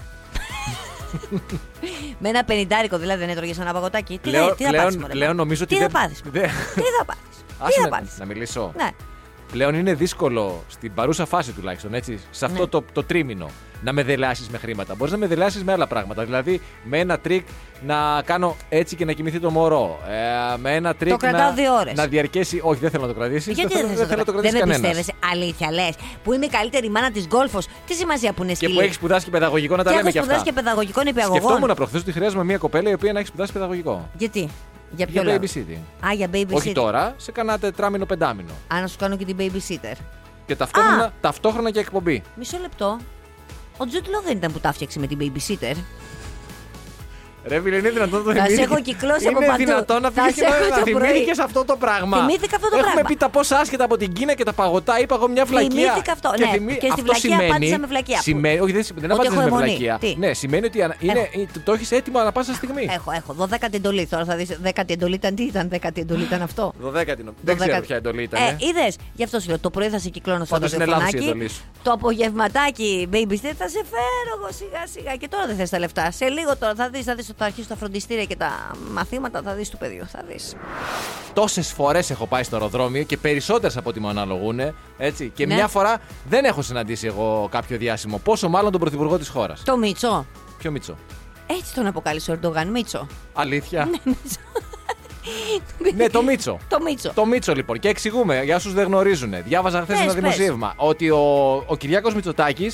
Speaker 3: με ένα πενιντάρικο δηλαδή δεν έτρωγες ένα παγωτάκι. Τι,
Speaker 4: Πλέον-
Speaker 3: θα, τι θα
Speaker 4: πλέον-
Speaker 3: πάθεις, μωρέ,
Speaker 4: πλέον νομίζω
Speaker 3: τι
Speaker 4: ότι
Speaker 3: θα
Speaker 4: δεν-
Speaker 3: πάθεις.
Speaker 4: δεν-
Speaker 3: Τι θα πάθεις.
Speaker 4: Άσε
Speaker 3: Τι θα
Speaker 4: με
Speaker 3: πάθεις.
Speaker 4: να μιλήσω.
Speaker 3: Ναι.
Speaker 4: Πλέον είναι δύσκολο στην παρούσα φάση τουλάχιστον έτσι, σε αυτό
Speaker 3: Ναι.
Speaker 4: το, το τρίμηνο να με δελάσεις με χρήματα. Μπορείς να με δελάσεις με άλλα πράγματα. Δηλαδή με ένα τρίκ να κάνω έτσι και να κοιμηθεί το μωρό. Ε, με ένα τρίκ
Speaker 3: κρατάω
Speaker 4: να,
Speaker 3: δύο ώρες.
Speaker 4: να διαρκέσει. Όχι, δεν θέλω να το κρατήσει.
Speaker 3: Γιατί
Speaker 4: δεν,
Speaker 3: δεν,
Speaker 4: θέλω-
Speaker 3: θες
Speaker 4: θέλω να το
Speaker 3: Δεν
Speaker 4: κρατήσει
Speaker 3: με
Speaker 4: κανένας.
Speaker 3: πιστεύεσαι. Αλήθεια λες. Που είναι η καλύτερη μάνα της γκολφο. Τι σημασία που είναι
Speaker 4: Και
Speaker 3: σκύλη.
Speaker 4: που έχει σπουδάσει και παιδαγωγικό να τα
Speaker 3: Και
Speaker 4: λέμε
Speaker 3: έχω
Speaker 4: και
Speaker 3: σπουδάσει
Speaker 4: αυτά.
Speaker 3: και παιδαγωγικών υπηαγωγών.
Speaker 4: Σκεφτόμουν προχθές ότι χρειάζομαι μια κοπέλα η οποία να έχει σπουδάσει παιδαγωγικό.
Speaker 3: Γιατί. Για ποιο
Speaker 4: Για
Speaker 3: λόγο.
Speaker 4: babysitter.
Speaker 3: Α, για babysitter.
Speaker 4: Όχι τώρα, σε κανένα τετράμινο πεντάμινο.
Speaker 3: Α, να σου κάνω και την babysitter.
Speaker 4: Και ταυτόχρονα,
Speaker 3: Α.
Speaker 4: ταυτόχρονα και εκπομπή.
Speaker 3: Μισό λεπτό. Ο Τζούτλο δεν ήταν που τα φτιάξε με την babysitter.
Speaker 4: Ρε φίλε, είναι δυνατόν να το
Speaker 3: Θα σε
Speaker 4: θυμηθεί.
Speaker 3: έχω κυκλώσει
Speaker 4: είναι
Speaker 3: από παντού.
Speaker 4: δυνατόν να
Speaker 3: Θα
Speaker 4: πήγες
Speaker 3: σε
Speaker 4: και
Speaker 3: έχω
Speaker 4: να
Speaker 3: το πρωί.
Speaker 4: θυμήθηκες αυτό το πράγμα.
Speaker 3: Θυμήθηκα αυτό το
Speaker 4: Έχουμε
Speaker 3: πράγμα.
Speaker 4: πει τα πόσα άσχετα από την Κίνα και τα παγωτά. Είπα εγώ μια βλακεία.
Speaker 3: Θυμήθηκα αυτό, ναι.
Speaker 4: θυμή-
Speaker 3: Και στη
Speaker 4: αυτό
Speaker 3: βλακεία
Speaker 4: σημαίνει-
Speaker 3: απάντησα με βλακεία.
Speaker 4: Σημαίνει, όχι, δεν, σημαίνει- δεν
Speaker 3: Ότι
Speaker 4: απάντησες
Speaker 3: έχω
Speaker 4: με
Speaker 3: αιμονή.
Speaker 4: βλακεία.
Speaker 3: Τι?
Speaker 4: Ναι, σημαίνει ότι ανα- είναι, ε, το έχεις έτοιμο ανά πάσα στιγμή.
Speaker 3: Έχω, έχω. 12η εντολή. Τώρα θα δεις. 10η εντολή ήταν τι ήταν, 10η εντολή ήταν αυτό.
Speaker 4: 12 την Δεν ξέρω ποια εντολή ήταν.
Speaker 3: Ε, είδες. Γι' αυτό σου λέω: Το πρωί θα σε κυκλώνω στο
Speaker 4: Πάντως είναι λάθος η εντολή
Speaker 3: ραδιοφωνάκι.
Speaker 4: σου.
Speaker 3: Το απογευματάκι, baby step, θα σε φέρω εγώ σιγά σιγά. Και τώρα δεν θες τα λεφτά. Σε λίγο τώρα θα δεις, θα δεις θα αρχίσω τα φροντιστήρια και τα μαθήματα, θα δεις του παιδιού. Θα δεις.
Speaker 4: Τόσες φορές έχω πάει στο αεροδρόμιο και περισσότερες από ό,τι μου αναλογούν. Έτσι. Και
Speaker 3: Ναι.
Speaker 4: μια φορά δεν έχω συναντήσει εγώ κάποιο διάσημο. Πόσο μάλλον τον πρωθυπουργό της χώρας.
Speaker 3: Το Μίτσο.
Speaker 4: Ποιο Μίτσο.
Speaker 3: Έτσι τον αποκάλεσε ο Ερντογάν, Μίτσο.
Speaker 4: Αλήθεια. ναι, το Μίτσο.
Speaker 3: Το Μίτσο.
Speaker 4: Το Μίτσο λοιπόν. Και εξηγούμε για όσους δεν γνωρίζουν. Διάβαζα χθες
Speaker 3: Πες,
Speaker 4: ένα
Speaker 3: πες.
Speaker 4: δημοσίευμα ότι ο, ο Κυριάκος Μητσοτάκης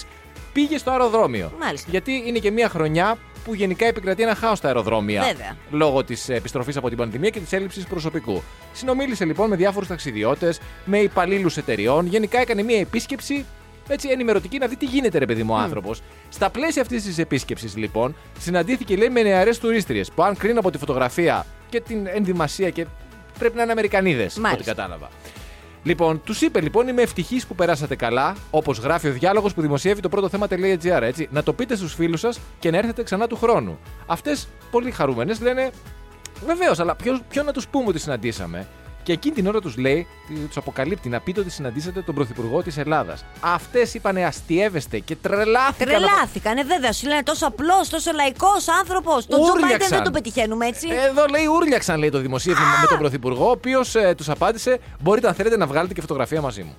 Speaker 4: πήγε στο αεροδρόμιο.
Speaker 3: Μάλιστα.
Speaker 4: Γιατί είναι και μια χρονιά που γενικά επικρατεί ένα χάος στα αεροδρόμια.
Speaker 3: Βέβαια.
Speaker 4: Λόγω της επιστροφής από την πανδημία και της έλλειψης προσωπικού. Συνομίλησε λοιπόν με διάφορους ταξιδιώτες, με υπαλλήλους εταιριών. Γενικά έκανε μια επίσκεψη έτσι ενημερωτική να δει τι γίνεται, ρε παιδί μου, ο άνθρωπος. Στα πλαίσια αυτής της επίσκεψης, λοιπόν, συναντήθηκε λέει με νεαρές τουρίστριες που, αν κρίνω από τη φωτογραφία και την ενδυμασία και πρέπει να είναι Αμερικανίδες,
Speaker 3: Μάλιστα.
Speaker 4: ό,τι κατάλαβα. Λοιπόν, τους είπε λοιπόν: Είμαι ευτυχής που περάσατε καλά, όπως γράφει ο διάλογος που δημοσιεύει το πρώτο θέμα.gr. Έτσι. Να το πείτε στους φίλους σας και να έρθετε ξανά του χρόνου. Αυτές πολύ χαρούμενες λένε: Βεβαίως, αλλά ποιος, ποιο να τους πούμε ότι συναντήσαμε. Και εκείνη την ώρα τους λέει, τους αποκαλύπτει να πείτε ότι συναντήσατε τον Πρωθυπουργό της Ελλάδας. Αυτές είπανε αστείευεστε και τρελάθηκαν. από-
Speaker 3: Τρελάθηκαν, ε, βέβαια. Σου λένε τόσο απλός, τόσο λαϊκός άνθρωπος. Το Τζο
Speaker 4: Ούριαξαν. Ε,
Speaker 3: Μπάιντεν δεν τον πετυχαίνουμε έτσι.
Speaker 4: Εδώ λέει ούρλιαξαν λέει το δημοσίευμα με τον Πρωθυπουργό, ο οποίος τους απάντησε: Μπορείτε αν θέλετε να βγάλετε και φωτογραφία μαζί μου.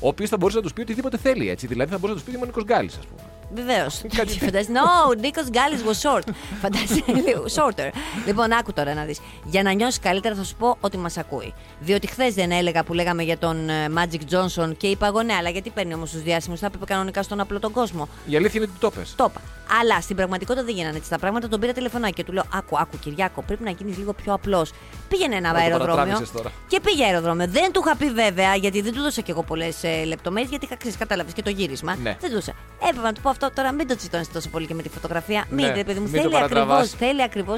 Speaker 4: Ο οποίος θα μπορούσε να τους πει οτιδήποτε θέλει έτσι. Δηλαδή θα μπορούσε να τους πει ότι είμαι ο Νίκος Γκάλης, ας πούμε.
Speaker 3: Βεβαίως. Φαντάζεσαι. No, ο Νίκο Γκάλη was short. Φαντάζεσαι λίγο shorter. Λοιπόν, άκου τώρα να δεις. Για να νιώσεις καλύτερα, θα σου πω ότι μας ακούει. Διότι χθες δεν έλεγα που λέγαμε για τον ε, Magic Johnson και είπα εγώ ναι, αλλά γιατί παίρνει όμως τους διάσημους, θα έπρεπε κανονικά στον απλό τον κόσμο.
Speaker 4: Η αλήθεια είναι ότι το πες.
Speaker 3: Το είπα. Αλλά στην πραγματικότητα δεν γίνανε έτσι τα πράγματα. Τον πήρα τηλεφωνάκι και του λέω: Άκου, άκου, Κυριάκο, πρέπει να γίνεις λίγο πιο απλός. Πήγαινε ένα
Speaker 4: το
Speaker 3: αεροδρόμιο.
Speaker 4: παρατράβηξες τώρα.
Speaker 3: Και πήγε αεροδρόμιο. Δεν του είχα πει βέβαια, γιατί δεν του δώσα και εγώ πολλές λεπτομέρειες, γιατί είχα ξέρεις, κατάλαβες και το γύρισμα.
Speaker 4: Ναι.
Speaker 3: Δεν του δώσα. Έπρεπε να του πω αυτό τώρα, μην το τσιτώνεις τόσο πολύ και με τη φωτογραφία.
Speaker 4: Ναι,
Speaker 3: Μην, ρε παιδί μου,
Speaker 4: μην το
Speaker 3: θέλει ακριβώς.
Speaker 4: παρατραβάς.
Speaker 3: Θέλει ακριβώς.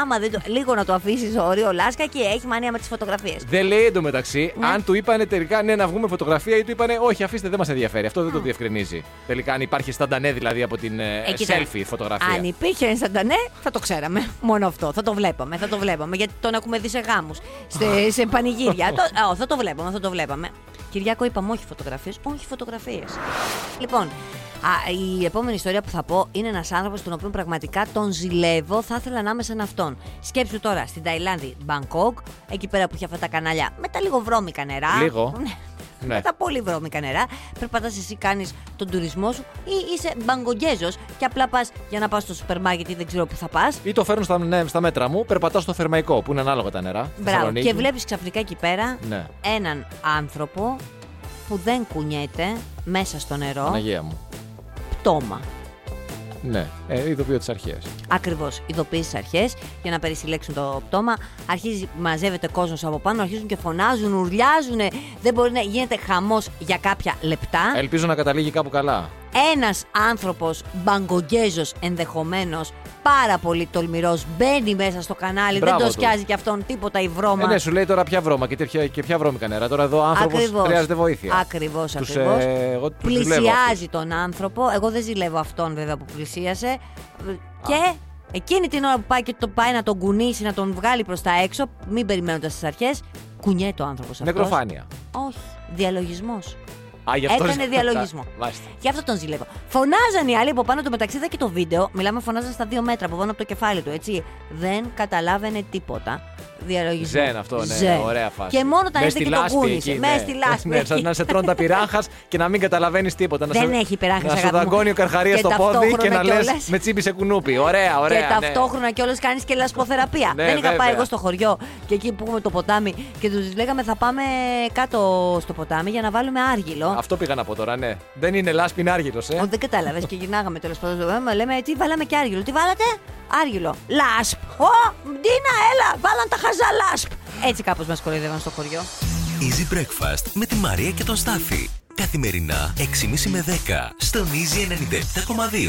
Speaker 3: Άμα δεν το, λίγο να το αφήσεις όριο Λάσκα και έχει μανία με τις φωτογραφίες.
Speaker 4: Δεν λέει εντωμεταξύ
Speaker 3: Ναι.
Speaker 4: αν του είπανε τελικά ναι να βγούμε φωτογραφία ή του είπανε όχι, αφήστε, δεν μας ενδιαφέρει. Αυτό δεν το διευκρινίζει. Τελικά αν υπάρχει σταντανέ δηλαδή από την ε,
Speaker 3: Ε, κοίτα,
Speaker 4: selfie φωτογραφία.
Speaker 3: Αν υπήρχε ενσταντανέ, θα το ξέραμε. Μόνο αυτό. Θα το βλέπαμε. Θα το βλέπαμε. Γιατί τον έχουμε δει σε γάμους, σε, σε πανηγύρια. το, α, θα το βλέπαμε, θα το βλέπαμε. Κυριάκο, είπαμε όχι φωτογραφίες. Όχι φωτογραφίες. Λοιπόν, α, η επόμενη ιστορία που θα πω είναι ένας άνθρωπος τον οποίο πραγματικά τον ζηλεύω. Θα ήθελα να είμαι σαν αυτόν. Σκέψου τώρα στην Ταϊλάνδη, Μπαγκόκ, εκεί πέρα που είχε αυτά τα κανάλια με τα λίγο βρώμικα νερά.
Speaker 4: Λίγο.
Speaker 3: Ναι.
Speaker 4: Ναι.
Speaker 3: Με τα πολύ βρώμικα νερά. Περπατάς εσύ, κάνεις τον τουρισμό σου ή είσαι μπαγκογκέζο και απλά πας για να πας στο σούπερ μάρκετ ή δεν ξέρω πού θα πας.
Speaker 4: Ή το φέρνουν στα, ναι, στα μέτρα μου, περπατάω στο θερμαϊκό που είναι ανάλογα τα νερά. στη
Speaker 3: Μπράβο.
Speaker 4: Θεσσαλονίκη.
Speaker 3: Και βλέπεις ξαφνικά εκεί πέρα
Speaker 4: Ναι.
Speaker 3: έναν άνθρωπο που δεν κουνιέται μέσα στο νερό
Speaker 4: Παναγία μου.
Speaker 3: πτώμα.
Speaker 4: Ναι, ε, ειδοποιώ τις αρχές.
Speaker 3: Ακριβώς. Ειδοποίηση αρχές για να περισυλλέξουν το πτώμα. Αρχίζει, μαζεύεται κόσμος από πάνω, αρχίζουν και φωνάζουν, ουρλιάζουν. Δεν μπορεί να γίνεται χαμός για κάποια λεπτά.
Speaker 4: Ελπίζω να καταλήγει κάπου καλά.
Speaker 3: ένας άνθρωπος μπαγκογκέζος ενδεχομένως πάρα πολύ τολμηρός μπαίνει μέσα στο κανάλι
Speaker 4: Μπράβο
Speaker 3: δεν το
Speaker 4: του.
Speaker 3: σκιάζει και αυτόν τίποτα η βρώμα
Speaker 4: Ε, ναι, σου λέει τώρα ποια βρώμα και ποια, και ποια βρώμικα νερά. Τώρα εδώ ο άνθρωπος
Speaker 3: Ακριβώς.
Speaker 4: χρειάζεται βοήθεια.
Speaker 3: Ακριβώς,
Speaker 4: Τους,
Speaker 3: ακριβώς.
Speaker 4: ε, εγώ τους δουλεύω αυτούς.
Speaker 3: πλησιάζει τον άνθρωπο εγώ δεν ζηλεύω αυτόν βέβαια που πλησίασε και εκείνη την ώρα που πάει και το πάει να τον κουνήσει να τον βγάλει προς τα έξω μην περιμένοντας τις αρχές κουνιέται ο άνθρωπος αυτός
Speaker 4: Νεκροφάνεια.
Speaker 3: όχι διαλογισμός
Speaker 4: Α, γι'
Speaker 3: Έκανε διαλογισμό.
Speaker 4: Μάλιστα.
Speaker 3: Γι' αυτό τον ζηλεύω. Φωνάζαν οι άλλοι από πάνω του μεταξύ, είδα και το βίντεο. Μιλάμε, φωνάζαν στα δύο μέτρα από πάνω από το κεφάλι του, έτσι. Δεν καταλάβαινε τίποτα. διαλογισμό.
Speaker 4: Ζεν αυτό, ναι.
Speaker 3: Ζεν.
Speaker 4: Ωραία φάση.
Speaker 3: Και μόνο όταν
Speaker 4: Μες
Speaker 3: ήρθε
Speaker 4: στη
Speaker 3: και τον
Speaker 4: λάσπη
Speaker 3: κούνησε.
Speaker 4: εκεί,
Speaker 3: Μες
Speaker 4: ναι.
Speaker 3: στη λάσπη.
Speaker 4: Ναι, σαν να σε τρώνε τα πειράχας και να μην καταλαβαίνεις τίποτα. Να
Speaker 3: Δεν
Speaker 4: σε-
Speaker 3: έχει πειράχας,
Speaker 4: Να σου
Speaker 3: αγάπη μου.
Speaker 4: δαγκώνει ο καρχαρίας
Speaker 3: Και
Speaker 4: στο πόδι και
Speaker 3: ταυτόχρονα
Speaker 4: να λες
Speaker 3: κιόλας.
Speaker 4: με τσίπησε κουνούπι. Ωραία, ωραία.
Speaker 3: και
Speaker 4: ναι.
Speaker 3: ταυτόχρονα κιόλας κάνεις και λασποθεραπεία.
Speaker 4: Ναι,
Speaker 3: Δεν είχα πάει
Speaker 4: βέβαια.
Speaker 3: εγώ στο χωριό και εκεί που έχουμε το ποτάμι και τους λέγαμε θα πάμε κάτω στο ποτάμι για να βάλουμε άργυλο.
Speaker 4: Αυτό πήγα να πω τώρα, ναι. Δεν είναι λάσπη, είναι άργυρο, ε.
Speaker 3: Ω, δεν κατάλαβες και γυρνάγαμε τέλος πάντων. στο βήμα, Λέμε τι βάλαμε και άργυλο. Τι βάλατε, Άργυλο. Λάσπ. Ω, Ντίνα, έλα, βάλαν τα χαζά λάσπ. Έτσι κάπως μας κοροϊδεύαν στο χωριό.
Speaker 2: Easy Breakfast με τη Μαρία και τον Στάφη. Καθημερινά 6.30 με 10 στον Easy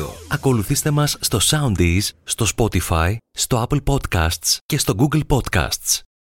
Speaker 2: 97.2. Ακολουθήστε μας στο Soundees, στο Spotify, στο Apple Podcasts και στο Google Podcasts.